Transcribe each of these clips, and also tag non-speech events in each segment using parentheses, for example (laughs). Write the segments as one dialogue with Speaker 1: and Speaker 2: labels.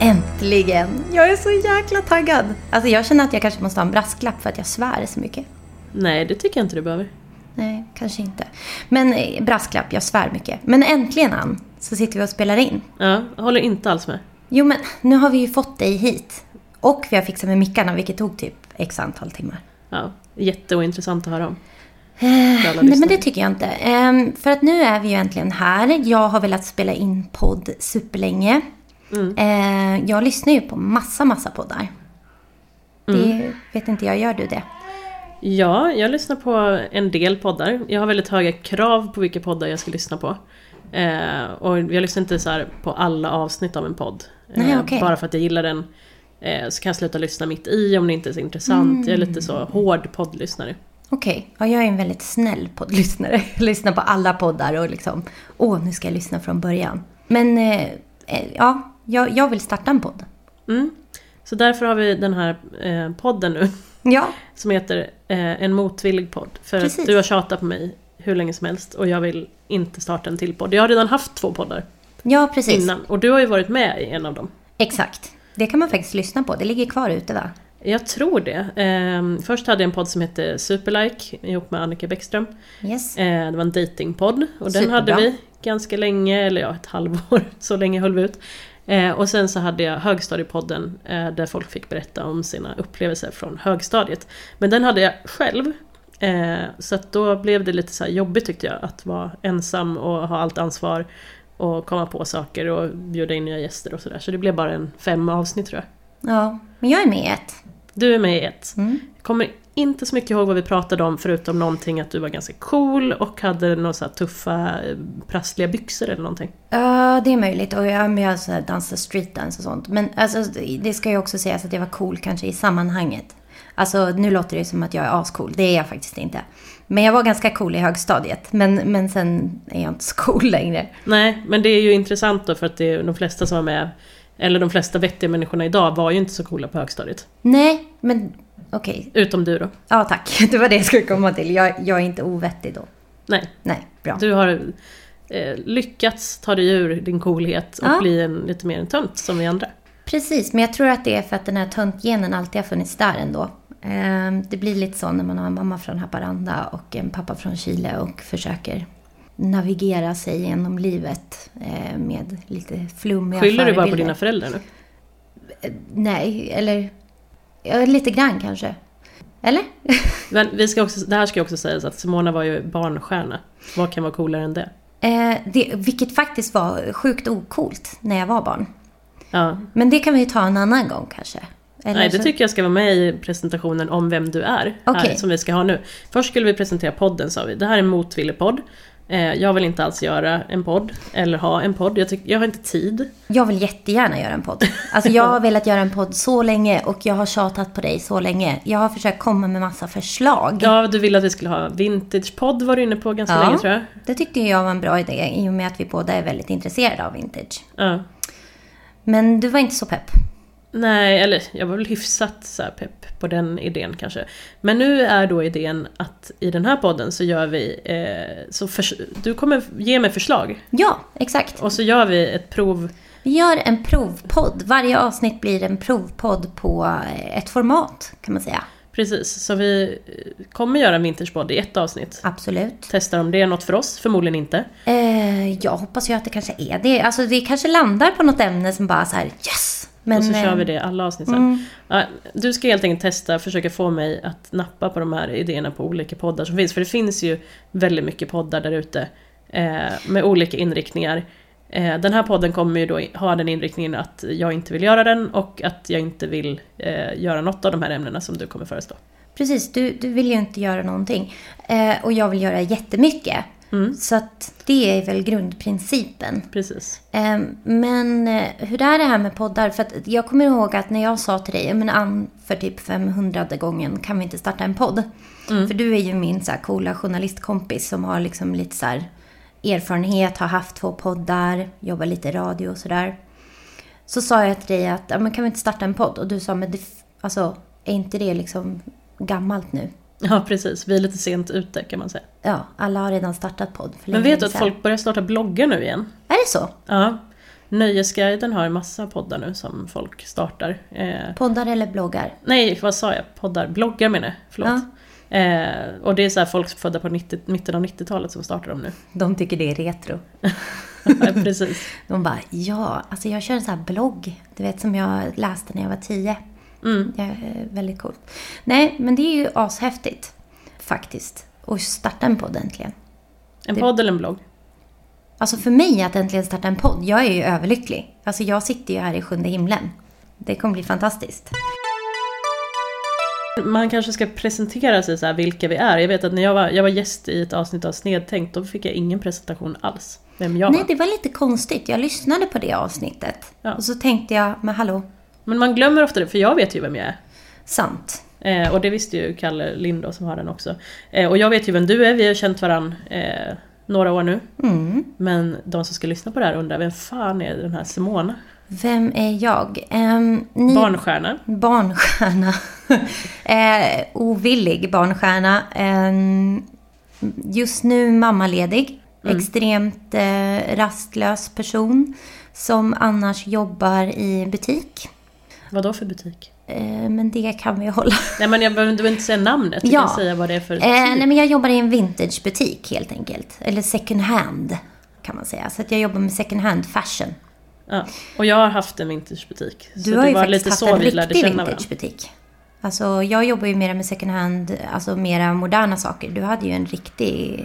Speaker 1: Äntligen! Jag är så jäkla taggad. Alltså jag känner att jag kanske måste ha en brasklapp för att jag svär så mycket.
Speaker 2: Nej, det tycker jag inte du behöver.
Speaker 1: Nej, kanske inte. Men eh, brasklapp, jag svär mycket. Men äntligen Ann, så sitter vi och spelar in.
Speaker 2: Ja, jag håller inte alls med.
Speaker 1: Jo men, nu har vi ju fått dig hit. Och vi har fixat med mickarna, vilket tog typ x antal timmar.
Speaker 2: Ja, jätteointressant att höra om.
Speaker 1: Eh,
Speaker 2: alla
Speaker 1: Nej, men
Speaker 2: lyssnare.
Speaker 1: det tycker jag inte. Ehm, för att nu är vi ju äntligen här. Jag har velat spela in podd superlänge.
Speaker 2: Mm.
Speaker 1: Eh, jag lyssnar ju på massa, massa poddar.
Speaker 2: Mm.
Speaker 1: Det vet inte jag, gör du det?
Speaker 2: Ja, jag lyssnar på en del poddar. Jag har väldigt höga krav på vilka poddar jag ska lyssna på. Eh, och jag lyssnar inte så här på alla avsnitt av en podd. Eh,
Speaker 1: Nej, okej.
Speaker 2: Bara för att jag gillar den eh, så kan jag sluta lyssna mitt i om det inte är så intressant. Jag
Speaker 1: Mm.
Speaker 2: är lite så hård poddlyssnare.
Speaker 1: Okej, ja, jag är en väldigt snäll poddlyssnare. (laughs) lyssnar på alla poddar och liksom, åh, nu ska jag lyssna från början. Men eh, eh, ja, jag, jag vill starta en podd.
Speaker 2: Mm. Så därför har vi den här eh, podden nu
Speaker 1: Ja,
Speaker 2: som heter eh, En motvillig podd. För att
Speaker 1: Precis.
Speaker 2: du har tjatat på mig hur länge som helst och jag vill inte starta en till podd. Jag har redan haft två poddar
Speaker 1: ja precis.
Speaker 2: innan och du har ju varit med i en av dem.
Speaker 1: Exakt. Det kan man faktiskt lyssna på. Det ligger kvar ute, va?
Speaker 2: Jag tror det. Ehm, först hade jag en podd som hette Superlike ihop med Annika Bäckström.
Speaker 1: Yes.
Speaker 2: Eh, det var en datingpodd och den
Speaker 1: Superbra.
Speaker 2: hade vi ganska länge, eller ja ett halvår, (laughs) så länge höll vi ut. Eh, och sen så hade jag högstadiepodden eh, där folk fick berätta om sina upplevelser från högstadiet. Men den hade jag själv. Eh, så att då blev det lite så här jobbigt tyckte jag att vara ensam och ha allt ansvar och komma på saker och bjuda in nya gäster och sådär. Så det blev bara en fem avsnitt tror jag.
Speaker 1: Ja, men jag är med i ett.
Speaker 2: Du är med i ett.
Speaker 1: Mm.
Speaker 2: Jag kommer inte så mycket ihåg vad vi pratade om förutom någonting att du var ganska cool och hade några så här tuffa eh, prassliga byxor eller någonting.
Speaker 1: Ja, det är möjligt. Och jag, men jag så här dansar streetdance och sånt. Men alltså, det ska ju också sägas att jag var cool kanske i sammanhanget. Alltså, nu låter det som att jag är ascool. Det är jag faktiskt inte. Men jag var ganska cool i högstadiet. Men, men sen är jag inte så cool längre.
Speaker 2: Nej, men det är ju intressant då för att det är de flesta som var med, eller de flesta vettiga människorna idag var ju inte så coola på högstadiet.
Speaker 1: Nej, men okej.
Speaker 2: Utom du då.
Speaker 1: Ja, tack. (laughs) Det var det jag skulle komma till. Jag, jag är inte ovettig då.
Speaker 2: Nej,
Speaker 1: Nej, bra.
Speaker 2: du har eh, lyckats ta dig ur din coolhet och
Speaker 1: Ja.
Speaker 2: bli en, lite mer en tönt som vi andra.
Speaker 1: Precis, men jag tror att det är för att den här töntgenen alltid har funnits där ändå. Ehm, Det blir lite så när man har en mamma från Haparanda och en pappa från Chile och försöker navigera sig genom livet eh, med lite flummiga
Speaker 2: Skyller du bara på
Speaker 1: förebilder.
Speaker 2: dina föräldrar nu?
Speaker 1: Nej, eller ja, lite grann kanske. Eller?
Speaker 2: Men vi ska också, det här ska ju också sägas att Simona var ju barnstjärna. Vad kan vara coolare än det?
Speaker 1: Eh, det, vilket faktiskt var sjukt okult när jag var barn.
Speaker 2: Ja,
Speaker 1: Men det kan vi ju ta en annan gång kanske. Eller
Speaker 2: Nej, det
Speaker 1: så-
Speaker 2: tycker jag ska vara med i presentationen om vem du är, här,
Speaker 1: Okej.
Speaker 2: som vi ska ha nu. Först skulle vi presentera podden sa vi, det här är en motvillig podd. Eh, jag vill inte alls göra en podd, eller ha en podd, jag, tyck- jag har inte tid.
Speaker 1: Jag vill jättegärna göra en podd. Alltså jag
Speaker 2: (laughs)
Speaker 1: har velat göra en podd så länge och jag har tjatat på dig så länge. Jag har försökt komma med massa förslag.
Speaker 2: Ja, du ville att vi skulle ha vintagepodd var du inne på ganska
Speaker 1: Ja.
Speaker 2: länge tror jag.
Speaker 1: Det tyckte jag var en bra idé i och med att vi båda är väldigt intresserade av vintage.
Speaker 2: Ja.
Speaker 1: Men du var inte så pepp.
Speaker 2: Nej, eller jag var väl hyfsat så här pepp på den idén kanske. Men nu är då idén att i den här podden så gör vi, eh, så förs- du kommer ge mig förslag
Speaker 1: Ja, exakt.
Speaker 2: och så gör vi ett prov
Speaker 1: Vi gör en provpodd. Varje avsnitt blir en provpodd på eh, ett format kan man säga.
Speaker 2: Precis, så vi eh, kommer göra en vinterspodd i ett avsnitt.
Speaker 1: Absolut.
Speaker 2: Testar om det är något för oss, förmodligen inte.
Speaker 1: Eh, jag hoppas ju att det kanske är det. Alltså det kanske landar på något ämne som bara så här yes! Men,
Speaker 2: och så kör
Speaker 1: eh,
Speaker 2: vi det i alla avsnitt sen. Ja, du ska helt enkelt testa, försöka få mig att nappa på de här idéerna på olika poddar som finns. För det finns ju väldigt mycket poddar där ute eh, med olika inriktningar. Eh, den här podden kommer ju då i- ha den inriktningen att jag inte vill göra den och att jag inte vill eh, göra något av de här ämnena som du kommer föreslå.
Speaker 1: Precis, du, du vill ju inte göra någonting. Eh, och jag vill göra jättemycket. Så att det är väl grundprincipen.
Speaker 2: Precis.
Speaker 1: Eh, men eh, hur är det här med poddar? För att jag kommer ihåg att när jag sa till dig, "Ja, men Ann, för typ 500 gången, kan vi inte starta en podd?
Speaker 2: Mm.
Speaker 1: För du är ju min så här coola journalistkompis som har liksom lite så här erfarenhet, har haft två poddar, jobbar lite radio och sådär. Så sa jag till dig att, "Ja, men kan vi inte starta en podd? Och du sa, men det, f- alltså, är inte det liksom gammalt nu?
Speaker 2: Ja, precis. Vi är lite sent ute kan man säga.
Speaker 1: Ja, alla har redan startat podd. För
Speaker 2: Men
Speaker 1: länge
Speaker 2: vet du att
Speaker 1: sedan.
Speaker 2: folk börjar starta bloggar nu igen?
Speaker 1: Är det så?
Speaker 2: Ja. Nöjesguiden har en massa poddar nu som folk startar. Eh,
Speaker 1: Poddar eller bloggar?
Speaker 2: nej, vad sa jag? Poddar? Bloggar menar jag. Förlåt. Eh, och det är så här folk födda på 90, mitten av 90-talet som
Speaker 1: (laughs)
Speaker 2: startar dem nu.
Speaker 1: De tycker det är retro.
Speaker 2: Ja, Precis.
Speaker 1: De bara, ja, alltså jag kör en sån här blogg, du vet som jag läste när jag var tio.
Speaker 2: Mm.
Speaker 1: Det är väldigt coolt. Nej, men det är ju ashäftigt faktiskt. Och starta en podd äntligen.
Speaker 2: En
Speaker 1: Det-
Speaker 2: podd eller en blogg?
Speaker 1: Alltså för mig att äntligen starta en podd, jag är ju överlycklig. Alltså jag sitter ju här i sjunde himlen. Det kommer bli fantastiskt.
Speaker 2: Man kanske ska presentera sig så här vilka vi är. Jag vet att när jag var, jag var gäst i ett avsnitt av Snedtänkt, då fick jag ingen presentation alls. Vem jag
Speaker 1: Nej,
Speaker 2: var.
Speaker 1: det var lite konstigt. Jag lyssnade på det avsnittet.
Speaker 2: Ja.
Speaker 1: Och så tänkte jag, men hallå,
Speaker 2: Men man glömmer ofta det, för jag vet ju vem jag är.
Speaker 1: sant.
Speaker 2: Eh, och det visste ju Kalle Lind då, som har den också. Eh, och jag vet ju vem du är, vi har känt varandra eh, några år nu.
Speaker 1: Mm.
Speaker 2: Men de som ska lyssna på det här undrar, vem fan är den här Simona?
Speaker 1: Vem är jag? Ehm, ni...
Speaker 2: Barnstjärna.
Speaker 1: Barnstjärna. (laughs) eh, ovillig barnstjärna. Ehm, just nu mammaledig. Extremt eh, rastlös person. Som annars jobbar i butik.
Speaker 2: Vad då för butik?
Speaker 1: Eh, men det kan vi hålla.
Speaker 2: Nej men jag behöver, du behöver inte säga namnet, du
Speaker 1: Ja.
Speaker 2: kan säga vad det är för
Speaker 1: Eh,
Speaker 2: typ.
Speaker 1: nej, men jag jobbar i en vintagebutik helt enkelt. Eller second hand kan man säga. Så att jag jobbar med second hand fashion.
Speaker 2: ja. Och jag har haft en vintagebutik.
Speaker 1: Du har ju faktiskt haft en
Speaker 2: vi lärde
Speaker 1: riktig
Speaker 2: känna varandra.
Speaker 1: vintagebutik. Alltså jag jobbar ju mera med second hand, alltså mera moderna saker. Du hade ju en riktig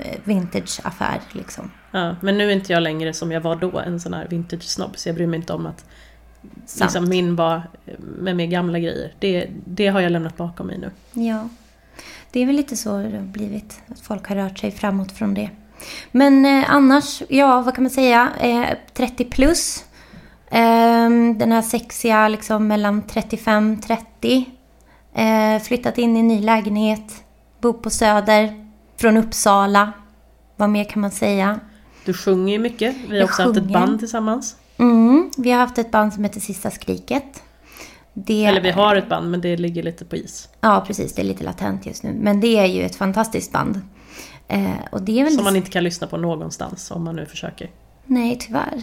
Speaker 1: eh, vintageaffär liksom.
Speaker 2: Ja, men nu är inte jag längre som jag var då, en sån här vintage-snobb, så jag bryr mig inte om att
Speaker 1: Sant.
Speaker 2: liksom, min var med mer gamla grejer. Det, det har jag lämnat bakom mig nu.
Speaker 1: Ja. Det är väl lite så det har blivit, att folk har rört sig framåt från det. Men eh, annars, ja vad kan man säga, eh, 30 plus. Ehm, den här sexiga liksom mellan 35-30. Eh, flyttat in i ny lägenhet, bor på Söder, från Uppsala. Vad mer kan man säga?
Speaker 2: Du sjunger ju mycket, vi har
Speaker 1: Jag
Speaker 2: också haft ett
Speaker 1: sjunger.
Speaker 2: band tillsammans.
Speaker 1: Mm, vi har haft ett band som heter Sista Skriket. Det,
Speaker 2: Eller vi har ett band, men det ligger lite på is.
Speaker 1: Ja, precis. Det är lite latent just nu. Men det är ju ett fantastiskt band. Eh, och det är väl
Speaker 2: Som man inte kan lyssna på någonstans, om man nu försöker.
Speaker 1: Nej, tyvärr.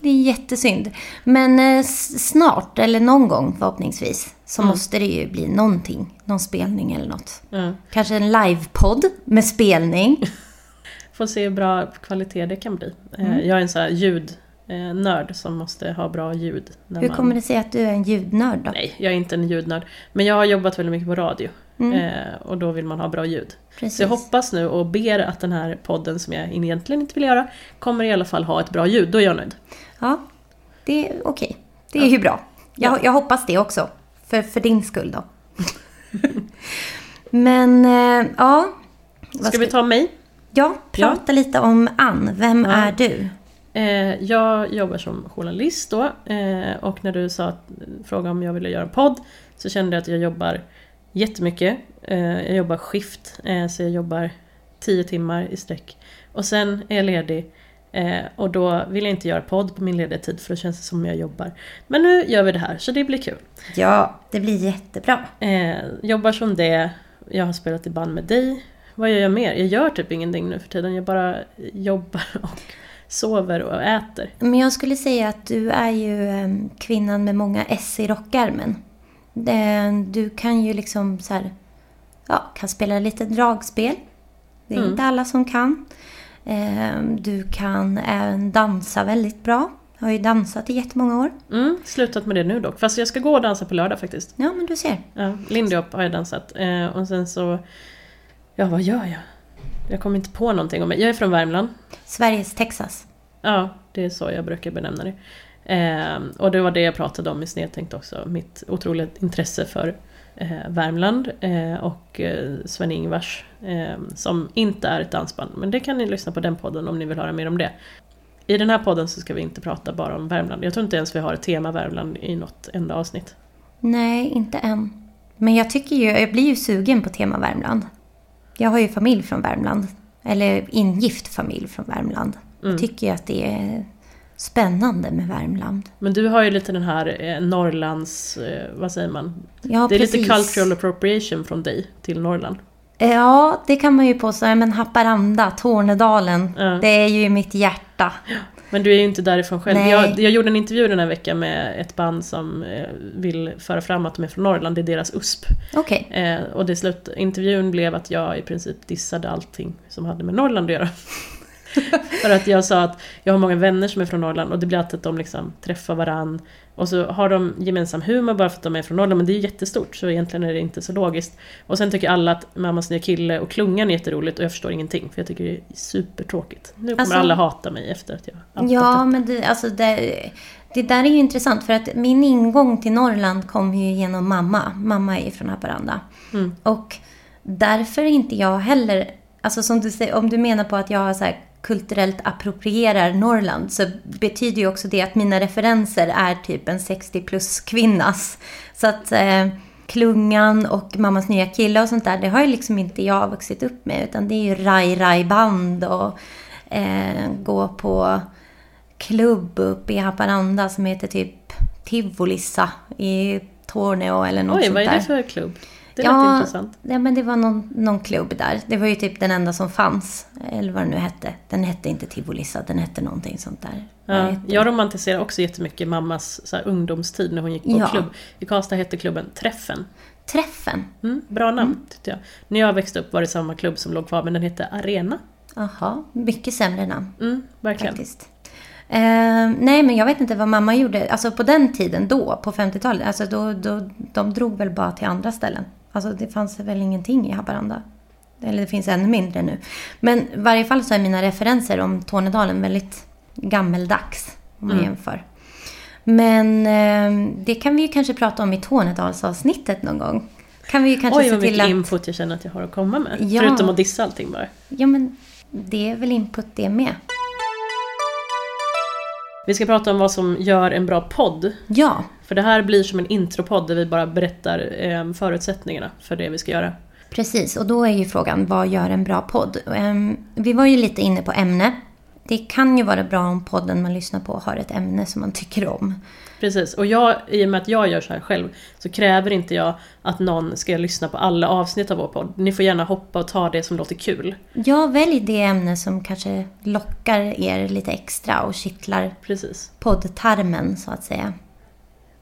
Speaker 1: Det är jättesynd. Men eh, s- snart, eller någon gång förhoppningsvis, så
Speaker 2: Mm.
Speaker 1: måste det ju bli någonting. Någon spelning eller något.
Speaker 2: Ja.
Speaker 1: Kanske en livepodd med spelning.
Speaker 2: Får se hur bra kvalitet det kan bli. Eh,
Speaker 1: Mm.
Speaker 2: Jag är en sån här ljudnörd som måste ha bra ljud. När
Speaker 1: Hur
Speaker 2: man...
Speaker 1: kommer det sig att du är en ljudnörd då?
Speaker 2: Nej, jag är inte en ljudnörd. Men jag har jobbat väldigt mycket på radio. Eh, och då vill man ha bra ljud.
Speaker 1: Mm. Precis.
Speaker 2: Så jag hoppas nu och ber att den här podden som jag egentligen inte vill göra kommer i alla fall ha ett bra ljud, då är jag nöjd.
Speaker 1: Ja, det är okej. Det är ju bra. Jag, jag hoppas det också. För, för din skull då. (laughs) Men, eh, ja. Vad
Speaker 2: Ska vi ta mig?
Speaker 1: Ja, prata lite om Ann. Vem är du?
Speaker 2: Eh, jag jobbar som journalist då eh, och när du sa att, frågade om jag ville göra en podd så kände jag att jag jobbar jättemycket. Eh, jag jobbar skift, eh, så jag jobbar 10 timmar i sträck. Och sen är jag ledig eh, och då vill jag inte göra podd på min lediga tid för då känns det som jag jobbar. Men nu gör vi det här så det blir kul.
Speaker 1: Ja, det blir jättebra.
Speaker 2: Eh, jobbar som det, jag har spelat i band med dig. Vad gör jag mer? Jag gör typ ingenting nu för tiden, jag bara jobbar och sover och äter.
Speaker 1: Men jag skulle säga att du är ju em, kvinnan med många S i rockärmen. Den- Du kan ju liksom så här, ja, kan spela lite dragspel. Det är inte alla som kan. Em, Du kan även dansa väldigt bra. Har ju dansat i jättemånga år.
Speaker 2: Mm, slutat med det nu dock. Fast jag ska gå och dansa på lördag faktiskt.
Speaker 1: Ja, men du ser.
Speaker 2: Ja, Lindy Hop har jag dansat. Eh, och sen så... Ja, vad gör jag? Jag kommer inte på någonting om mig. Jag är från Värmland.
Speaker 1: Sveriges Texas.
Speaker 2: Ja, det är så jag brukar benämna det. Eh, och det var det jag pratade om i Snedtänkt också. Mitt otroliga intresse för eh, Värmland eh, och eh, Sven-Ingvars. Eh, som inte är ett dansband. Men det kan ni lyssna på den podden om ni vill höra mer om det. I den här podden så ska vi inte prata bara om Värmland. Jag tror inte ens vi har ett tema Värmland i något enda avsnitt.
Speaker 1: Nej, inte än. Men jag tycker ju, jag blir ju sugen på tema Värmland. Jag har ju familj från Värmland. Eller ingift familj från Värmland.
Speaker 2: Mm.
Speaker 1: Jag tycker ju att det är spännande med Värmland.
Speaker 2: Men du har ju lite den här eh, Norrlands, eh, vad säger man?
Speaker 1: Ja,
Speaker 2: det är
Speaker 1: precis.
Speaker 2: lite cultural appropriation från dig till Norrland.
Speaker 1: Ja,
Speaker 2: Mm.
Speaker 1: det kan man ju påstå. Men Haparanda, Tornedalen.
Speaker 2: Ja.
Speaker 1: Det är ju i mitt hjärta.
Speaker 2: Men du är ju inte därifrån själv.
Speaker 1: Nej.
Speaker 2: Jag, jag gjorde en intervju den här veckan med ett band som eh, vill föra fram att de är från Norrland, det är deras USP.
Speaker 1: Okej.
Speaker 2: Eh, och det slut, intervjun blev att jag i princip dissade allting som hade med Norrland att göra. (laughs) För att jag sa att jag har många vänner som är från Norrland och det blir alltid att de liksom träffar varann och så har de gemensam humor bara för att de är från Norrland men det är ju jättestort så egentligen är det inte så logiskt. Och sen tycker alla att Mammas nya kille och Klungan är jätteroligt och jag förstår ingenting för jag tycker det är supertråkigt. Nu kommer
Speaker 1: Alltså-
Speaker 2: alla hata mig efter att jag outat
Speaker 1: Ja,
Speaker 2: det.
Speaker 1: men det, alltså det, det där är ju intressant för att min ingång till Norrland kom ju genom mamma. Mamma är ju från Haparanda.
Speaker 2: Mm.
Speaker 1: Och därför är inte jag heller, alltså som du säger, om du menar på att jag så här kulturellt approprierar Norrland så betyder ju också det att mina referenser är typ en 60 plus kvinnas. Så att eh, klungan och mammas nya kille och sånt där, det har ju liksom inte jag vuxit upp med utan det är ju raj-raj-band och eh, gå på klubb uppe i Haparanda som heter typ Tivolissa i Torneå eller något
Speaker 2: Oj,
Speaker 1: sånt
Speaker 2: vad är
Speaker 1: där.
Speaker 2: det för klubb? Det lät
Speaker 1: Ja,
Speaker 2: intressant.
Speaker 1: Ja, men det var någon, någon klubb där. Det var ju typ den enda som fanns. Eller vad den nu hette. Den hette inte Tivolissa, den hette någonting sånt där. Eh, Vad
Speaker 2: Ja,
Speaker 1: hette den?
Speaker 2: jag romantiserar också jättemycket mammas så här, ungdomstid när hon gick på
Speaker 1: Ja.
Speaker 2: klubb. I Karlstad hette klubben Träffen.
Speaker 1: Träffen.
Speaker 2: Mm, bra namn tyckte jag. När jag växte upp var det samma klubb som låg kvar men den hette Arena.
Speaker 1: Jaha, mycket sämre namn
Speaker 2: Mm, verkligen.
Speaker 1: faktiskt. Eh, nej, men jag vet inte vad mamma gjorde. Alltså på den tiden då, på 50-talet, alltså då, då, de drog väl bara till andra ställen. Alltså det fanns väl ingenting i Haparanda. Eller det finns ännu mindre nu. Men i varje fall så är mina referenser om Tornedalen väldigt gammeldags. Om man
Speaker 2: Mm.
Speaker 1: jämför. Men eh, det kan vi ju kanske prata om i Tornedalsavsnittet någon gång. Kan vi ju kanske
Speaker 2: Oj
Speaker 1: se
Speaker 2: vad
Speaker 1: till
Speaker 2: mycket
Speaker 1: att...
Speaker 2: infot jag känner att jag har att komma med.
Speaker 1: Ja.
Speaker 2: Förutom att dissa allting bara.
Speaker 1: Ja, men det är väl input det med.
Speaker 2: Vi ska prata om vad som gör en bra podd.
Speaker 1: Ja,
Speaker 2: För det här blir som en intropodd där vi bara berättar eh, förutsättningarna för det vi ska göra.
Speaker 1: Precis, och då är ju frågan vad gör en bra podd? Ehm, Vi var ju lite inne på ämne. Det kan ju vara bra om podden man lyssnar på har ett ämne som man tycker om.
Speaker 2: Precis, och jag, i och med att jag gör så här själv så kräver inte jag att någon ska lyssna på alla avsnitt av vår podd. Ni får gärna hoppa och ta det som låter kul.
Speaker 1: Jag välj det ämne som kanske lockar er lite extra och kittlar
Speaker 2: Precis.
Speaker 1: poddtarmen så att säga.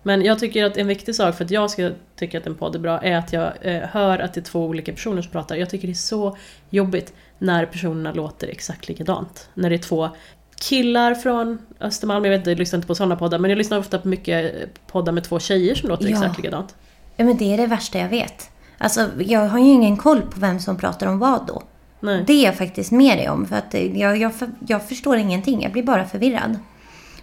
Speaker 2: Men jag tycker att en viktig sak för att jag ska tycka att en podd är bra är att jag eh, hör att det är två olika personer som pratar. Jag tycker det är så jobbigt när personerna låter exakt likadant. När det är två killar från Östermalm, jag vet inte, jag lyssnar inte på sådana poddar, men jag lyssnar ofta på mycket eh, poddar med två tjejer som låter
Speaker 1: Ja.
Speaker 2: exakt likadant.
Speaker 1: Ja, men det är det värsta jag vet. Alltså, jag har ju ingen koll på vem som pratar om vad då.
Speaker 2: Nej.
Speaker 1: Det är jag faktiskt med dig om, för att eh, jag, jag, för- jag förstår ingenting. Jag blir bara förvirrad.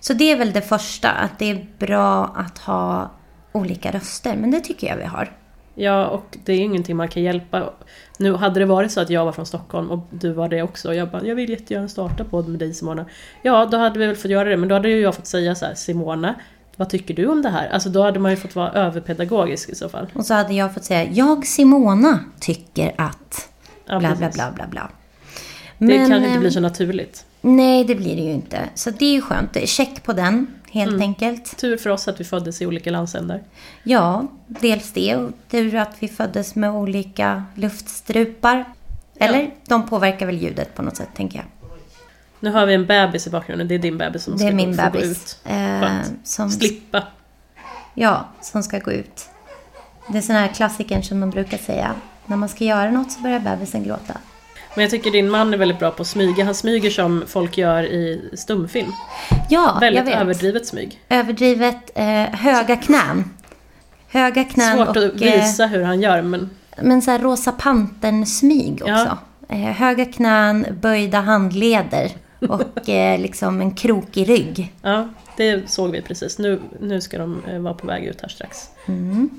Speaker 1: Så det är väl det första, att det är bra att ha olika röster. Men det tycker jag vi har.
Speaker 2: Ja, och det är ju ingenting man kan hjälpa. Nu hade det varit så att jag var från Stockholm och du var det också och jag bara “jag vill jättegärna starta podd med dig Simona”. Ja, då hade vi väl fått göra det, men då hade ju jag fått säga så här “Simona, vad tycker du om det här?” Alltså då hade man ju fått vara överpedagogisk i så fall.
Speaker 1: Och så hade jag fått säga, jag Simona tycker att... bla,
Speaker 2: Ja,
Speaker 1: bla,
Speaker 2: precis.
Speaker 1: bla, bla, bla.
Speaker 2: Det kanske
Speaker 1: eh,
Speaker 2: inte blir så naturligt.
Speaker 1: Nej, det blir det ju inte. Så det är ju skönt. Check på den, helt
Speaker 2: Mm.
Speaker 1: enkelt.
Speaker 2: Tur för oss att vi föddes i olika landsändar.
Speaker 1: Ja, dels det och tur att vi föddes med olika luftstrupar. Eller? De påverkar väl ljudet på något sätt, tänker jag.
Speaker 2: Nu har vi en bebis i bakgrunden, det är din bebis som
Speaker 1: Det är
Speaker 2: ska
Speaker 1: min
Speaker 2: få gå
Speaker 1: bebis.
Speaker 2: ut.
Speaker 1: Eh,
Speaker 2: Skönt.
Speaker 1: som,
Speaker 2: Slippa.
Speaker 1: ja, som ska gå ut. Det är sån här klassiken som de brukar säga. När man ska göra något så börjar bebisen gråta.
Speaker 2: Men jag tycker din man är väldigt bra på att smyga. Han smyger som folk gör i stumfilm.
Speaker 1: Ja, jag
Speaker 2: väldigt
Speaker 1: vet.
Speaker 2: överdrivet smyg.
Speaker 1: Överdrivet eh, höga knän. Höga knän
Speaker 2: Svårt
Speaker 1: och...
Speaker 2: att
Speaker 1: eh,
Speaker 2: visa hur han gör men
Speaker 1: Men så här rosa pantern-smyg
Speaker 2: Ja.
Speaker 1: också. Eh, höga knän, böjda handleder
Speaker 2: (laughs)
Speaker 1: och eh, liksom en krokig rygg.
Speaker 2: ja, det såg vi precis. Nu, nu ska de eh, vara på väg ut här strax.
Speaker 1: Mm.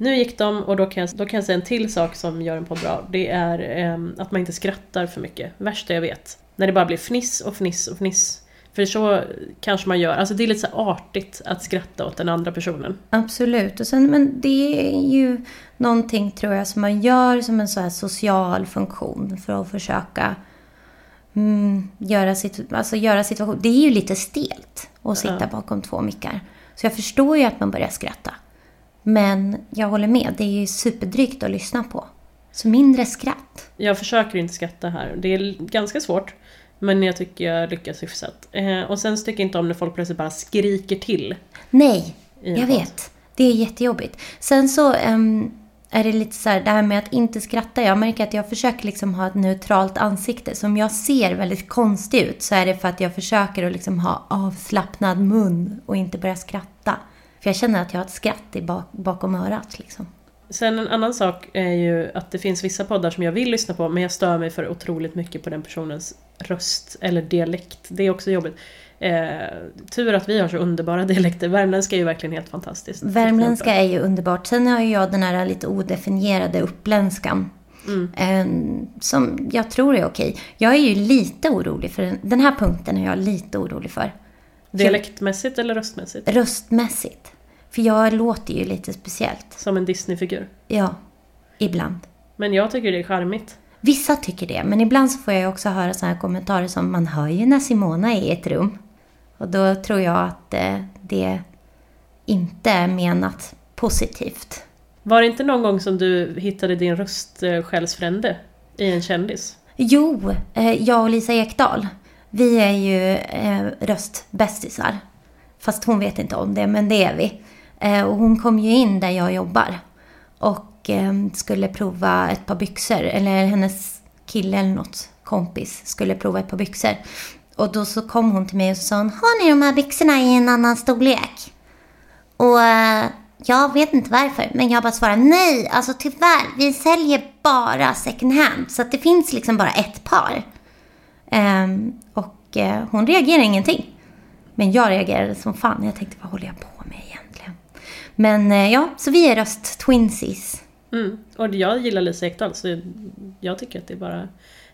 Speaker 2: Nu gick de och då kan, jag, då kan jag säga en till sak som gör en podd bra. Det är ehm, att man inte skrattar för mycket. Värsta jag vet. När det bara blir fniss och fniss och fniss. För så kanske man gör. Alltså det är lite så här artigt att skratta åt den andra personen.
Speaker 1: Absolut. Och sen, men det är ju någonting tror jag som man gör som en så här social funktion för att försöka mm, göra, situ- alltså göra situation. Det är ju lite stelt att sitta
Speaker 2: Ja.
Speaker 1: bakom två mickar. Så jag förstår ju att man börjar skratta. Men jag håller med, det är ju superdrygt att lyssna på. Så mindre skratt.
Speaker 2: Jag försöker inte skratta här. Det är l- ganska svårt. Men jag tycker jag lyckas hyfsat. Eh, och sen så tycker jag inte om när folk plötsligt bara skriker till.
Speaker 1: Nej,
Speaker 2: i en
Speaker 1: jag
Speaker 2: podd.
Speaker 1: vet. Det är jättejobbigt. Sen så ehm, är det lite så här, det här med att inte skratta. Jag märker att jag försöker liksom ha ett neutralt ansikte. Så om jag ser väldigt konstig ut så är det för att jag försöker att liksom ha avslappnad mun och inte börja skratta. För jag känner att jag har ett skratt i bak, bakom örat liksom.
Speaker 2: Sen en annan sak är ju att det finns vissa poddar som jag vill lyssna på men jag stör mig för otroligt mycket på den personens röst eller dialekt. Det är också jobbigt. Eh, tur att vi har så underbara (laughs) dialekter. Värmländska är ju verkligen helt fantastiskt.
Speaker 1: Värmländska är ju underbart. Sen har ju jag den här lite odefinierade uppländskan.
Speaker 2: Mm.
Speaker 1: Ehm, Som jag tror är okej. Jag är ju lite orolig för den, den här punkten är jag lite orolig för.
Speaker 2: Dialektmässigt eller röstmässigt?
Speaker 1: Röstmässigt. För jag låter ju lite speciellt.
Speaker 2: Som en Disneyfigur.
Speaker 1: Ja, ibland.
Speaker 2: Men jag tycker det är charmigt.
Speaker 1: Vissa tycker det, men ibland så får jag ju också höra såna här kommentarer som man hör ju när Simona är i ett rum. Och då tror jag att eh, det inte är menat positivt.
Speaker 2: Var det inte någon gång som du hittade din röstskälsfrände i en kändis?
Speaker 1: Jo, eh, jag och Lisa Ekdahl, vi är ju eh, röstbästisar. Fast hon vet inte om det, men det är vi. Eh, och hon kom ju in där jag jobbar och eh, skulle prova ett par byxor, eller hennes kille eller något, kompis, skulle prova ett par byxor. Och då så kom hon till mig och så sa hon, har ni de här byxorna i en annan storlek? Och eh, jag vet inte varför, men jag bara svarar nej. Alltså tyvärr, vi säljer bara second hand. Så att det finns liksom bara ett par. Ehm, och eh, hon reagerar ingenting. Men jag reagerade som fan. Jag tänkte, vad håller jag på med egentligen? Men eh, ja, så vi är röst-twinsies.
Speaker 2: Mm. Och jag gillar Lisa Ekdahl så jag tycker att det är bara, det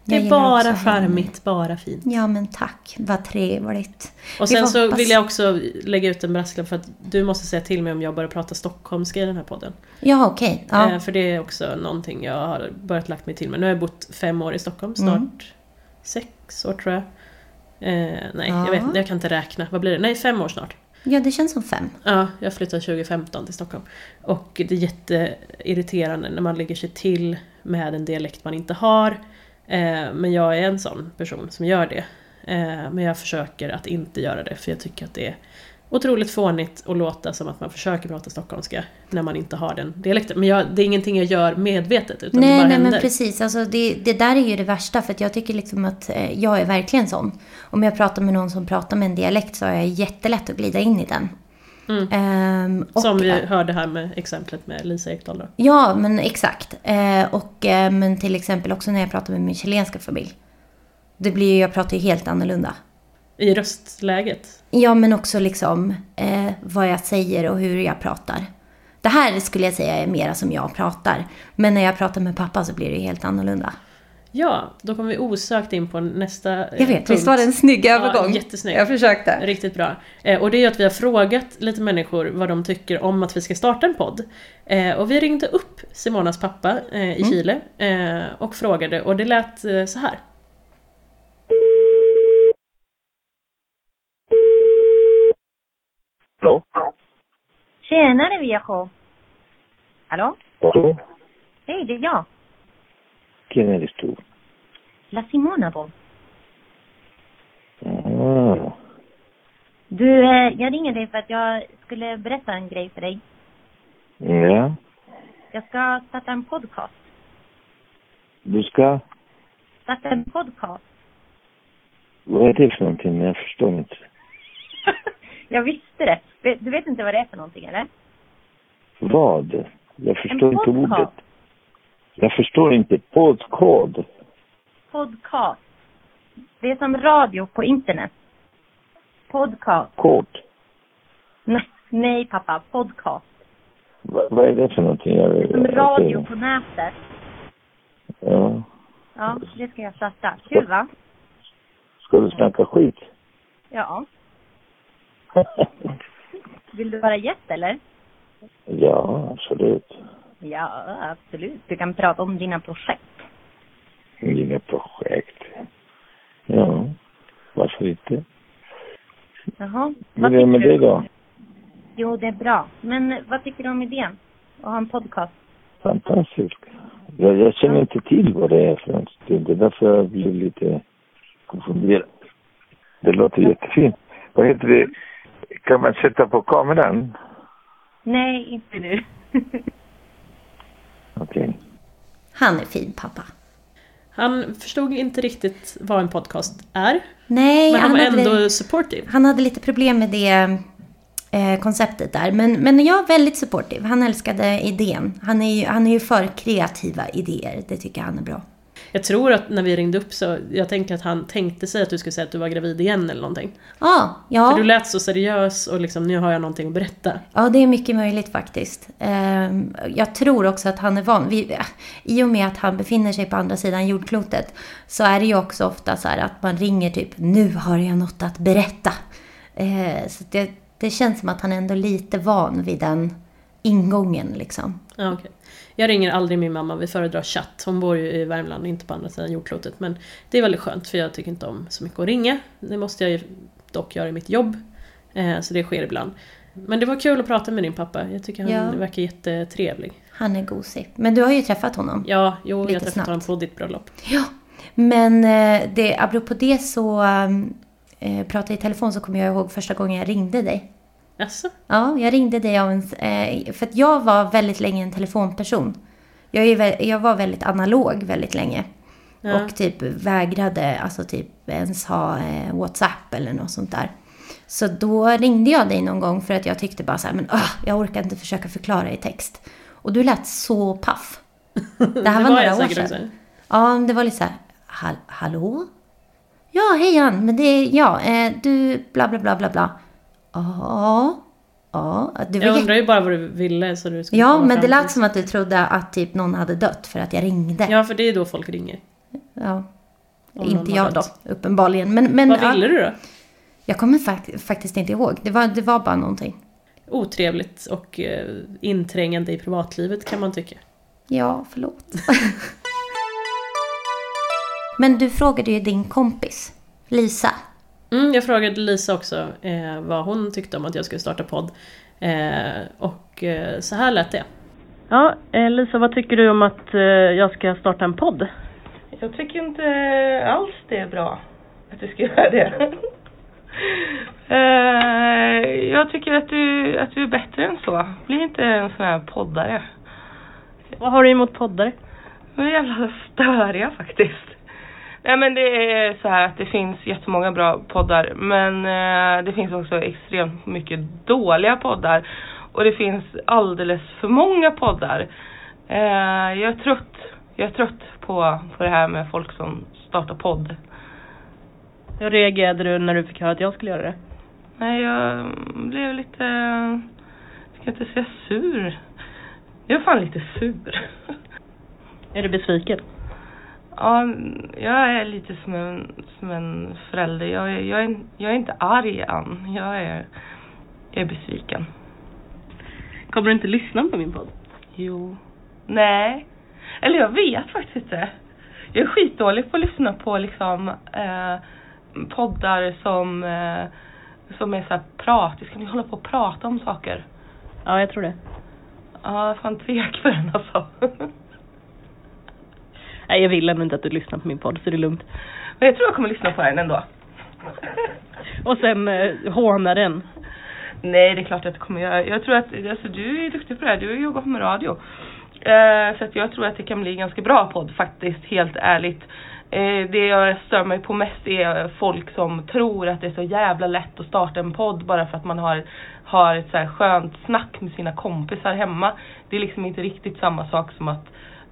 Speaker 1: Jag
Speaker 2: är
Speaker 1: gillar också
Speaker 2: bara
Speaker 1: henne.
Speaker 2: charmigt, bara fint.
Speaker 1: Ja, men tack. Vad trevligt.
Speaker 2: Och
Speaker 1: Vi
Speaker 2: sen
Speaker 1: får
Speaker 2: så
Speaker 1: hoppas-
Speaker 2: vill jag också lägga ut en brasklapp för att du måste säga till mig om jag börjar prata stockholmska i den här podden.
Speaker 1: Ja, okej.
Speaker 2: Eh,
Speaker 1: Ja.
Speaker 2: För det är också någonting jag har börjat lagt mig till med. Nu har jag bott fem år i Stockholm,
Speaker 1: Mm.
Speaker 2: snart sex år tror jag. Eh, nej,
Speaker 1: Ja.
Speaker 2: jag, vet, inte, jag kan inte räkna. Vad blir det? Nej, fem år snart.
Speaker 1: ja, det känns som fem.
Speaker 2: Ja, jag flyttade 2015 till Stockholm. Och det är jätteirriterande när man lägger sig till med en dialekt man inte har. Eh, men jag är en sån person som gör det. Eh, men jag försöker att inte göra det för jag tycker att det är otroligt fånigt att låta som att man försöker prata stockholmska när man inte har den dialekten. Men jag, det är ingenting jag gör medvetet utan det
Speaker 1: nej,
Speaker 2: bara
Speaker 1: nej,
Speaker 2: händer.
Speaker 1: men precis. Alltså, det, det där är ju det värsta, för att jag tycker liksom att eh, jag är verkligen sån. Om jag pratar med någon som pratar med en dialekt så har jag jättelätt att glida in i den.
Speaker 2: Mm.
Speaker 1: Ehm, och-
Speaker 2: Som vi hörde här med exemplet med Lisa Ekdahl då.
Speaker 1: Ja, men exakt. Eh, och, eh, men till exempel också när jag pratar med min chilenska familj. Det blir ju, jag pratar ju helt annorlunda.
Speaker 2: I röstläget.
Speaker 1: Ja, men också liksom eh, vad jag säger och hur jag pratar. Det här skulle jag säga är mera som jag pratar. Men när jag pratar med pappa så blir det ju helt annorlunda.
Speaker 2: Ja, då kommer vi osökt in på nästa eh,
Speaker 1: Jag vet, visst
Speaker 2: punkt.
Speaker 1: var det en snygg övergång?
Speaker 2: jättesnygg.
Speaker 1: Jag försökte.
Speaker 2: Riktigt bra. Eh, och det är ju att vi har frågat lite människor vad de tycker om att vi ska starta en podd. Eh, och vi ringde upp Simonas pappa eh,
Speaker 1: Mm.
Speaker 2: i Chile eh, och frågade och det lät eh, så här.
Speaker 3: Hallå?
Speaker 4: Tjenare viejo! Hallå?
Speaker 3: Hallå?
Speaker 4: Hej, det är jag.
Speaker 3: Quién eres tú?
Speaker 4: La Simona då.
Speaker 3: Ah,
Speaker 4: Du, eh, jag ringer dig för att jag skulle berätta en grej för dig.
Speaker 3: ja.
Speaker 4: Jag ska starta en podcast.
Speaker 3: Du ska...
Speaker 4: Starta en podcast?
Speaker 3: Vad är det för någonting? Jag förstår inte.
Speaker 4: jag visste det. Vet- Du vet inte vad det är för någonting, eller?
Speaker 3: Vad? Jag förstår inte
Speaker 4: podcast.
Speaker 3: ordet. Jag förstår inte. Podkod?
Speaker 4: Podcast. Det är som radio på internet. Podcast.
Speaker 3: Kod?
Speaker 4: Nej, nej pappa. Podcast.
Speaker 3: Va, vad är det för någonting? Jag,
Speaker 4: Som
Speaker 3: jag-
Speaker 4: radio
Speaker 3: jag-
Speaker 4: på nätet.
Speaker 3: Ja.
Speaker 4: Ja, det ska jag starta. Kul, va?
Speaker 3: Ska du snacka skit? (laughs)
Speaker 4: Ja. Vill du vara gäst, eller?
Speaker 3: ja, absolut.
Speaker 4: Ja, absolut. Du kan prata om dina projekt.
Speaker 3: Inga projekt. Ja, varför inte?
Speaker 4: Jaha.
Speaker 3: Hur är det med
Speaker 4: tycker
Speaker 3: dig
Speaker 4: du?
Speaker 3: då?
Speaker 4: Jo, det är bra. Men vad tycker du om idén? Att ha en podcast?
Speaker 3: Fantastiskt. Jag, jag känner inte till vad det är för något. Det är därför jag blev lite fungerar. Det låter jättefint. Vad heter det? Kan man sätta på kameran?
Speaker 4: Nej, inte nu.
Speaker 3: Okej.
Speaker 1: Han är fin pappa.
Speaker 2: Han förstod inte riktigt vad en podcast är.
Speaker 1: Nej,
Speaker 2: Men han var
Speaker 1: hade-
Speaker 2: ändå supportive.
Speaker 1: Han hade lite problem med det eh, konceptet där. Men, men jag är väldigt supportive. Han älskade idén. Han är, ju, han är ju för kreativa idéer. Det tycker jag han är bra.
Speaker 2: Jag tror att när vi ringde upp så, jag tänker att han tänkte sig att du skulle säga att du var gravid igen eller någonting.
Speaker 1: Ah,
Speaker 2: För
Speaker 1: ja,
Speaker 2: du lät så seriös och liksom, nu har jag någonting att berätta.
Speaker 1: ja, det är mycket möjligt faktiskt. Ehm, jag tror också att han är van. Vi, I och med att han befinner sig på andra sidan jordklotet så är det ju också ofta så här att man ringer typ nu har jag något att berätta. Eh, så det, det känns som att han är ändå lite van vid den ingången liksom.
Speaker 2: Ja, okej. Jag ringer aldrig min mamma, vi föredrar chatt. Hon bor ju i Värmland, inte på andra sidan jordklotet. Men det är väldigt skönt för jag tycker inte om så mycket att ringa. Det måste jag ju dock göra i mitt jobb. Eh, så det sker ibland. Men det var kul att prata med din pappa. Jag tycker han
Speaker 1: Ja.
Speaker 2: verkar jättetrevlig.
Speaker 1: Han är gosig. Men du har ju träffat honom.
Speaker 2: Ja, jo,
Speaker 1: Lite
Speaker 2: jag träffade
Speaker 1: snabbt.
Speaker 2: honom på ditt bröllop.
Speaker 1: Ja. Men eh, det, apropå det så eh, pratade i telefon så kommer jag ihåg första gången jag ringde dig.
Speaker 2: Jaså?
Speaker 1: Ja, jag ringde dig av en, eh, för att jag var väldigt länge en telefonperson. Jag, är, vä- jag var väldigt analog väldigt länge.
Speaker 2: Ja.
Speaker 1: Och typ vägrade alltså typ ens ha eh, WhatsApp eller något sånt där. Så då ringde jag dig någon gång för att jag tyckte bara så här, men ah, jag orkar inte försöka förklara i text. Och du lät så paff. Det här var,
Speaker 2: jag
Speaker 1: några år
Speaker 2: säkert
Speaker 1: sedan.
Speaker 2: också.
Speaker 1: Ja, men det var lite så här, hall hallå? Ja, hej Ann, men det är ja, eh, du bla bla bla bla bla. Ja, ja, du var
Speaker 2: Jag
Speaker 1: jätte...
Speaker 2: undrar ju bara vad du ville så du skulle
Speaker 1: Ja,
Speaker 2: komma
Speaker 1: men det
Speaker 2: fram
Speaker 1: lät
Speaker 2: till.
Speaker 1: som att du trodde att typ någon hade dött för att jag ringde. Ja.
Speaker 2: Ja, för det är då folk ringer. Om någon
Speaker 1: Inte
Speaker 2: har
Speaker 1: jag då,
Speaker 2: dött.
Speaker 1: uppenbarligen. Men, men
Speaker 2: Vad
Speaker 1: ja,
Speaker 2: ville du då?
Speaker 1: jag kommer fak- faktiskt inte ihåg. Det var, det var bara någonting.
Speaker 2: Otrevligt och eh, inträngande i privatlivet kan man tycka.
Speaker 1: Ja,
Speaker 2: (laughs)
Speaker 1: förlåt. men du frågade ju din kompis, Lisa.
Speaker 2: Mm, jag frågade Lisa också eh, vad hon tyckte om att jag skulle starta podd. Eh, och eh, så här lät det. Ja, eh, Lisa, vad tycker du om att eh, jag ska starta en podd?
Speaker 5: Jag tycker inte alls det är bra att du ska göra det. Eh, jag tycker att du, att du är bättre än så. Bli inte en sån här poddare.
Speaker 2: Vad har du emot poddar?
Speaker 5: De är jävla störiga faktiskt. Nej men det är så här att det finns jättemånga bra poddar men eh, det finns också extremt mycket dåliga poddar. Och det finns alldeles för många poddar. Eh, jag är trött, jag är trött på, på det här med folk som startar podd.
Speaker 2: Hur reagerade du när du fick höra att jag skulle göra det?
Speaker 5: Nej, jag blev lite... Jag ska inte säga sur. Jag är fan lite sur. (laughs)
Speaker 2: Är du besviken?
Speaker 5: Ja, jag är lite som en, som en förälder. Jag, är- jag, är, jag är inte arg än. Jag är, jag är besviken.
Speaker 2: Kommer du inte lyssna på min podd?
Speaker 5: Jo. Nej. Eller jag vet faktiskt inte. Jag är skitdålig på att lyssna på liksom eh, poddar som, eh, som är så här pratiska. Ni håller på att prata om saker.
Speaker 2: Ja, jag tror det.
Speaker 5: Ja, jag är fan tvek för den alltså. (laughs)
Speaker 2: Nej, jag vill ändå inte att du lyssnar på min podd, så det är lugnt.
Speaker 5: Men jag tror jag kommer lyssna på den ändå.
Speaker 2: Och sen eh, håna den.
Speaker 5: Nej, det är klart att jag kommer göra. Jag tror att alltså, du är duktig på det här. Du har jobbat med radio. Eh, så att jag tror att det kan bli en ganska bra podd faktiskt, helt ärligt. Eh, det jag stör mig på mest är folk som tror att det är så jävla lätt att starta en podd bara för att man har, har ett så här skönt snack med sina kompisar hemma. Det är liksom inte riktigt samma sak som att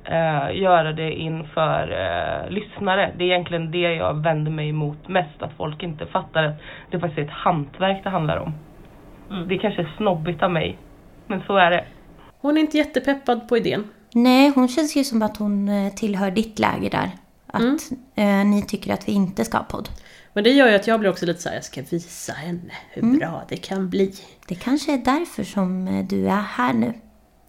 Speaker 5: eh, göra det inför eh, lyssnare. Det är egentligen det jag vänder mig emot mest, att folk inte fattar att det faktiskt är ett hantverk det handlar om. Det kanske är snobbigt av mig, men så är det.
Speaker 2: Hon är inte jättepeppad på idén.
Speaker 1: Nej, hon känns ju som att hon eh, tillhör ditt läger där. Att
Speaker 2: Mm.
Speaker 1: eh, ni tycker att vi inte ska ha podd.
Speaker 2: Men det gör ju att jag blir också lite så här, jag ska visa henne hur bra det kan bli.
Speaker 1: Det kanske är därför som eh, du är här nu.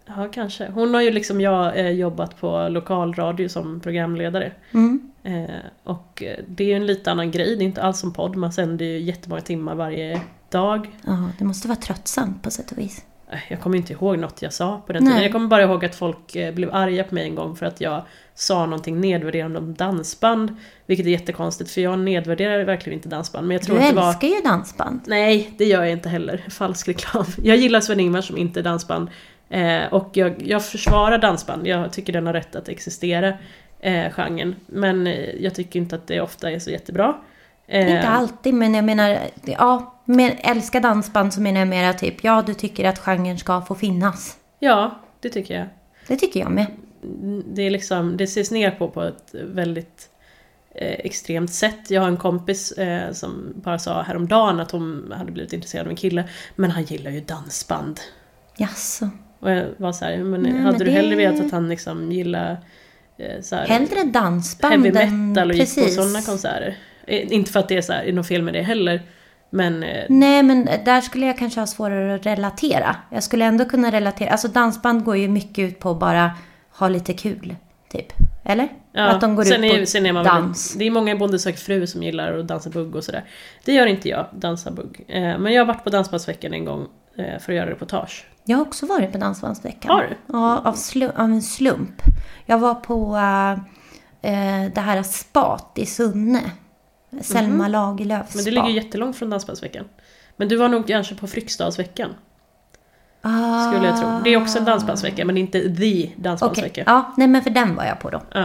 Speaker 2: Ja, kanske. Hon har ju liksom jag eh, jobbat på lokalradio som programledare.
Speaker 1: Mm.
Speaker 2: Eh, och eh, det är ju en lite annan grej, det är inte alls som podd, man sänder ju jättemånga timmar varje dag. Eh,
Speaker 1: Ja, det måste vara tröttsamt på sätt och vis.
Speaker 2: jag kommer inte ihåg något jag sa på den
Speaker 1: Nej.
Speaker 2: tiden. Jag kommer bara ihåg att folk eh, blev arga på mig en gång för att jag sa någonting nedvärderande om dansband. Vilket är jättekonstigt för jag nedvärderar verkligen inte dansband. Men jag tror
Speaker 1: Du
Speaker 2: att det var...
Speaker 1: älskar ju dansband.
Speaker 2: Nej, det gör jag inte heller. Falsk reklam. Jag gillar Sven-Ingvars som inte är dansband. Eh, och jag, jag försvarar dansband. Jag tycker den har rätt att existera, eh, genren. Men eh, jag tycker inte att det ofta är så jättebra. Eh,
Speaker 1: Inte alltid, men jag menar, ja, men älskar dansband så menar jag mera typ, ja du tycker att genren ska få finnas.
Speaker 2: Ja, det tycker jag.
Speaker 1: Det tycker jag med.
Speaker 2: det är liksom, det ses ner på på ett väldigt eh, extremt sätt. Jag har en kompis eh, som bara sa häromdagen att hon hade blivit intresserad av en kille, men han gillar ju dansband.
Speaker 1: Jaså.
Speaker 2: Och jag var så här, men
Speaker 1: Nej, men
Speaker 2: hade du hellre
Speaker 1: det-
Speaker 2: velat att han liksom gillar eh, så här,
Speaker 1: Hellre dansband
Speaker 2: heavy
Speaker 1: än-
Speaker 2: metal och gick på
Speaker 1: precis.
Speaker 2: sådana konserter? Eh, Inte för att det är, så här, är något fel med det heller, men eh,
Speaker 1: Nej, men där skulle jag kanske ha svårare att relatera. Jag skulle ändå kunna relatera. Alltså dansband går ju mycket ut på att bara ha lite kul, typ. Eller?
Speaker 2: Ja,
Speaker 1: att de går
Speaker 2: sen
Speaker 1: ut på
Speaker 2: är, sen är man väl-
Speaker 1: dans.
Speaker 2: det är många i Bonde söker fru som gillar att dansa bugg och sådär. Det gör inte jag, dansa bugg. Eh, men jag har varit på Dansbandsveckan en gång eh, för att göra reportage.
Speaker 1: Jag har också varit på Dansbandsveckan.
Speaker 2: Har du?
Speaker 1: Ja, av, slu- av en slump. Jag var på eh, eh, det här spat i Sunne. Selma Lagerlöfs
Speaker 2: Mhm. Men
Speaker 1: spa.
Speaker 2: det ligger ju jättelångt från Dansbandsveckan. Men du var nog kanske på Fryksdalsveckan,
Speaker 1: ah,
Speaker 2: skulle jag tro. Det är också en dansbandsvecka, men inte THE
Speaker 1: Okej,
Speaker 2: dansbandsvecka.
Speaker 1: ja, nej men för den var jag på då.
Speaker 2: Ja.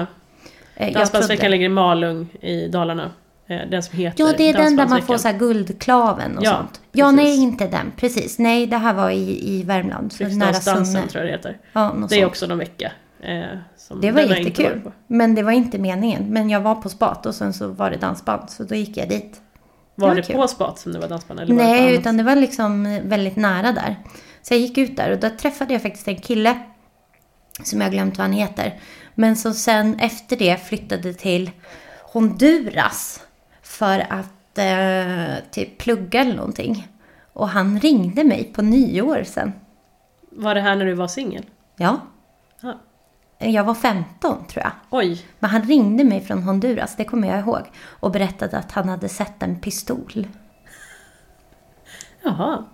Speaker 1: Eh, jag
Speaker 2: Dansbandsveckan
Speaker 1: trodde-
Speaker 2: ligger i Malung i Dalarna. Eh, den som heter
Speaker 1: Ja, det är den där man
Speaker 2: Dansbandsveckan.
Speaker 1: får så här guldklaven och
Speaker 2: Ja,
Speaker 1: sånt. Ja,
Speaker 2: precis.
Speaker 1: nej, inte den. Precis. Nej, det här var i, i Värmland. Så nära Sunne.
Speaker 2: Fryksdalsdansen tror jag det heter.
Speaker 1: Ja, något
Speaker 2: Det är
Speaker 1: sånt.
Speaker 2: också någon vecka. Eh, som
Speaker 1: det var
Speaker 2: den har jag inte varit
Speaker 1: jättekul.
Speaker 2: på.
Speaker 1: Men det var inte meningen. Men jag var på spat och sen så var det dansband. Så då gick jag dit.
Speaker 2: Var
Speaker 1: var
Speaker 2: det,
Speaker 1: kul.
Speaker 2: på spat som det var dansband? Eller var det på
Speaker 1: Nej,
Speaker 2: annat?
Speaker 1: utan det var liksom väldigt nära där. Så jag gick ut där och då träffade jag faktiskt en kille som jag har glömt vad han heter. Men som sen efter det flyttade till Honduras för att eh, typ plugga eller någonting. Och han ringde mig på nyår sen.
Speaker 2: Var det här när du var singel?
Speaker 1: Ja.
Speaker 2: Ja.
Speaker 1: Jag var 15 tror jag.
Speaker 2: Oj,
Speaker 1: Men han ringde mig från Honduras, det kommer jag ihåg. Och berättade att han hade sett en pistol.
Speaker 2: jaha.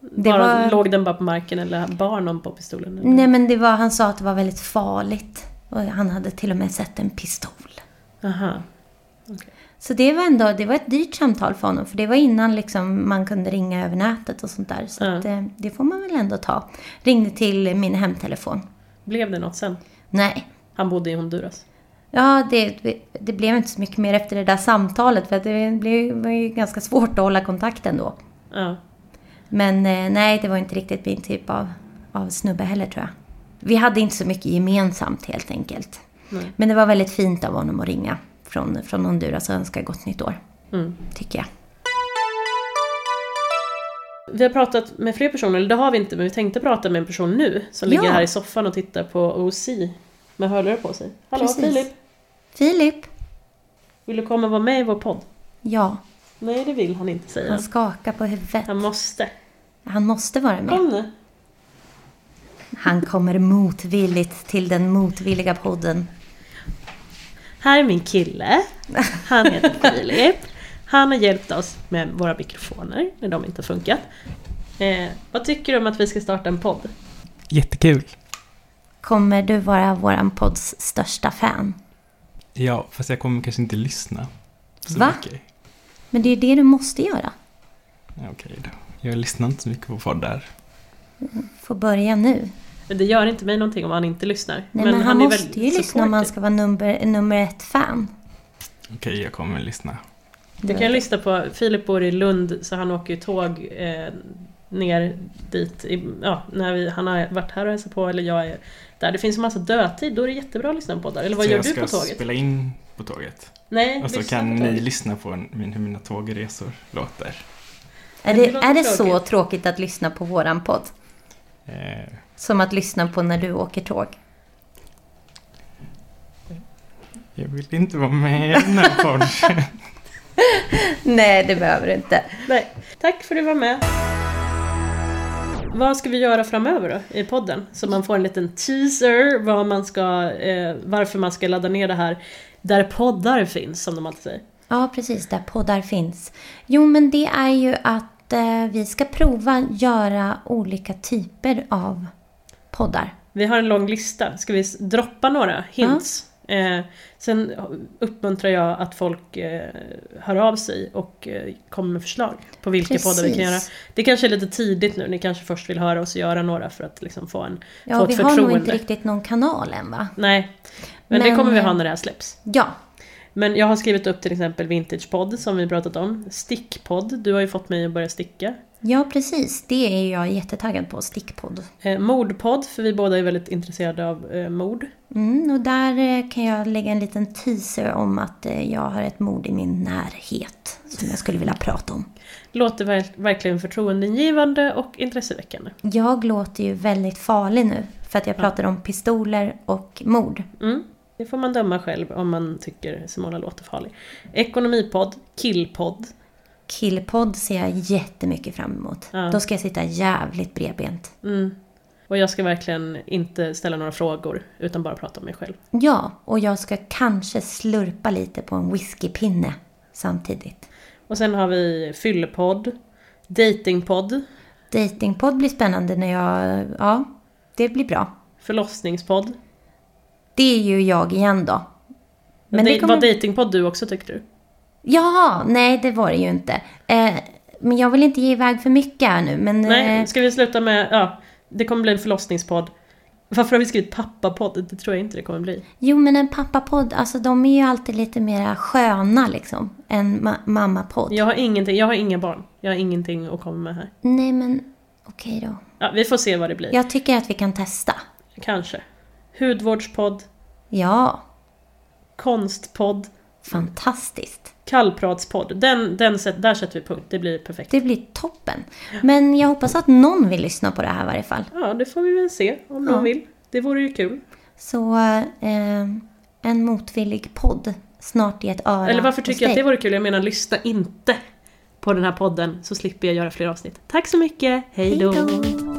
Speaker 1: Det
Speaker 2: bara,
Speaker 1: var- Mm.
Speaker 2: Låg den bara på marken eller bar någon på pistolen? eller?
Speaker 1: Nej men det var, han sa att det var väldigt farligt. Och han hade till och med sett en pistol.
Speaker 2: Aha.
Speaker 1: Så det var ändå, det var ett dyrt samtal för honom. För det var innan liksom man kunde ringa över nätet och sånt där. Så
Speaker 2: Ja.
Speaker 1: att, eh, det får man väl ändå ta. Ringde till min hemtelefon.
Speaker 2: Blev det något sen?
Speaker 1: Nej.
Speaker 2: Han bodde i Honduras.
Speaker 1: Ja, det, det blev inte så mycket mer efter det där samtalet. För att det blev, var ju ganska svårt att hålla kontakten då.
Speaker 2: Ja.
Speaker 1: Men eh, nej, det var inte riktigt min typ av, av snubbe heller tror jag. Vi hade inte så mycket gemensamt helt enkelt.
Speaker 2: Nej.
Speaker 1: Men det var väldigt fint av honom att ringa från, från Honduras och önska gott nytt år,
Speaker 2: Mm.
Speaker 1: tycker jag.
Speaker 2: Vi har pratat med fler personer, eller det har vi inte, men vi tänkte prata med en person nu som ligger
Speaker 1: Ja.
Speaker 2: här i soffan och tittar på OC med hörlurar på sig. Hallå
Speaker 1: Precis.
Speaker 2: Filip!
Speaker 1: Filip?
Speaker 2: Vill du komma och vara med i vår podd?
Speaker 1: Ja,
Speaker 2: Nej, det vill han inte säga.
Speaker 1: han skakar på huvudet.
Speaker 2: Han måste.
Speaker 1: Han måste vara med.
Speaker 2: Kom nu!
Speaker 1: Han kommer motvilligt till den motvilliga podden.
Speaker 2: Här är min kille. Han (laughs) heter Filip. Han har hjälpt oss med våra mikrofoner när de inte har funkat. Eh, vad tycker du om att vi ska starta en podd?
Speaker 6: Jättekul.
Speaker 1: Kommer du vara våran podds största fan?
Speaker 6: Ja, fast jag kommer kanske inte lyssna. Så
Speaker 1: Va?
Speaker 6: Mycket.
Speaker 1: Men det är ju det du måste göra.
Speaker 6: Ja, Okej då. Jag lyssnar inte så mycket på poddar.
Speaker 1: Får börja nu.
Speaker 2: Men det gör inte mig någonting om han inte lyssnar.
Speaker 1: Nej, men, han,
Speaker 2: är väldigt
Speaker 1: måste ju lyssna om han
Speaker 2: supportive.
Speaker 1: ska vara nummer, nummer ett-fan.
Speaker 6: Okej, jag kommer lyssna.
Speaker 2: Du kan lyssna på, Filip bor i Lund så han åker ju tåg eh, ner dit. I, ja, när vi, han har varit här och hälsat på eller jag är där. Det finns en massa dödtid, då är det jättebra att lyssna på poddar. Eller vad
Speaker 6: så
Speaker 2: gör
Speaker 6: jag
Speaker 2: du
Speaker 6: ska
Speaker 2: på tåget?
Speaker 6: spela in på tåget.
Speaker 2: Nej,
Speaker 6: Och så
Speaker 2: lyssna
Speaker 6: kan
Speaker 2: på tåget.
Speaker 6: ni lyssna på en- min, hur mina tågresor låter.
Speaker 1: Är
Speaker 2: det
Speaker 1: det,
Speaker 2: låter
Speaker 1: är det så
Speaker 2: tråkigt.
Speaker 1: tråkigt att lyssna på våran podd?
Speaker 6: Eh,
Speaker 1: Som att lyssna på när du åker tåg?
Speaker 6: jag vill inte vara med i den här podden.
Speaker 1: Nej, det behöver du inte.
Speaker 2: Nej. Tack för att du var med. Vad ska vi göra framöver då i podden? Så man får en liten teaser vad man ska, eh, varför man ska ladda ner det här där poddar finns som de alltid säger.
Speaker 1: Ja, precis. Där poddar finns. Jo, men det är ju att att eh, vi ska prova göra olika typer av poddar.
Speaker 2: Vi har en lång lista, ska vi s- droppa några hints? Eh, sen uppmuntrar jag att folk eh, hör av sig och eh, kommer med förslag på vilka
Speaker 1: Precis.
Speaker 2: poddar vi kan göra. Det kanske är lite tidigt nu, ni kanske först vill höra oss göra några för att liksom få en få
Speaker 1: Ja,
Speaker 2: ett
Speaker 1: vi har
Speaker 2: förtroende.
Speaker 1: nog inte riktigt någon kanal än va?
Speaker 2: Nej, men, det
Speaker 1: Men-
Speaker 2: kommer vi ha när det här släpps.
Speaker 1: Ja,
Speaker 2: Men jag har skrivit upp till exempel Vintagepodd som vi pratat om, Stickpodd, du har ju fått mig att börja sticka.
Speaker 1: ja precis. Det är jag jättetaggad på, stickpodd.
Speaker 2: Eh, mordpodd, för vi båda är väldigt intresserade av eh, mord.
Speaker 1: Mm, och där eh, kan jag lägga en liten teaser om att eh, jag har ett mord i min närhet som jag skulle vilja prata om.
Speaker 2: Låter ver- verkligen förtroendeingivande och intresseväckande.
Speaker 1: Jag låter ju väldigt farlig nu för att jag pratar om pistoler och mord.
Speaker 2: Mm. Det får man döma själv om man tycker Simona låter farlig. Ekonomipodd, killpodd.
Speaker 1: Killpodd ser jag jättemycket fram emot.
Speaker 2: Ja.
Speaker 1: Då ska jag sitta jävligt bredbent.
Speaker 2: Mm. Och jag ska verkligen inte ställa några frågor utan bara prata om mig själv.
Speaker 1: Ja, och jag ska kanske slurpa lite på en whiskypinne samtidigt.
Speaker 2: Och sen har vi fyllepodd, datingpodd,
Speaker 1: Datingpodd blir spännande när jag... Ja, det blir bra.
Speaker 2: förlossningspodd.
Speaker 1: Det är ju jag igen då.
Speaker 2: Men
Speaker 1: det
Speaker 2: det Var datingpodd du också tyckte du?
Speaker 1: Jaha, nej det var det ju inte. Eh, men jag vill inte ge iväg för mycket här nu. Men,
Speaker 2: Nej,
Speaker 1: eh,
Speaker 2: ska vi sluta med, ja, det kommer bli en förlossningspodd. Varför har vi skrivit pappapodd? Det tror jag inte det kommer bli.
Speaker 1: Jo men en pappapodd, alltså de är ju alltid lite mera sköna liksom. Än ma- mammapodd.
Speaker 2: Jag har ingenting, jag har inga barn. Jag har ingenting att komma med här.
Speaker 1: Nej men okej då.
Speaker 2: Ja, vi får se vad det blir.
Speaker 1: Jag tycker att vi kan testa.
Speaker 2: Kanske. Hudvårdspodd,
Speaker 1: Ja,
Speaker 2: konstpodd,
Speaker 1: fantastiskt.
Speaker 2: kallpratspodd. Den, den, sätt- där sätter vi punkt, det blir perfekt.
Speaker 1: Det blir toppen. Men jag hoppas att någon vill lyssna på det här i varje fall.
Speaker 2: Ja, det får vi väl se om någon
Speaker 1: Ja.
Speaker 2: vill. Det vore ju kul.
Speaker 1: Så eh, en motvillig podd snart i ett öra
Speaker 2: Eller varför
Speaker 1: hos
Speaker 2: tycker jag att
Speaker 1: dig.
Speaker 2: det vore kul? Jag menar, lyssna inte på den här podden så slipper jag göra fler avsnitt. Tack så mycket, hej då!
Speaker 1: Hej då.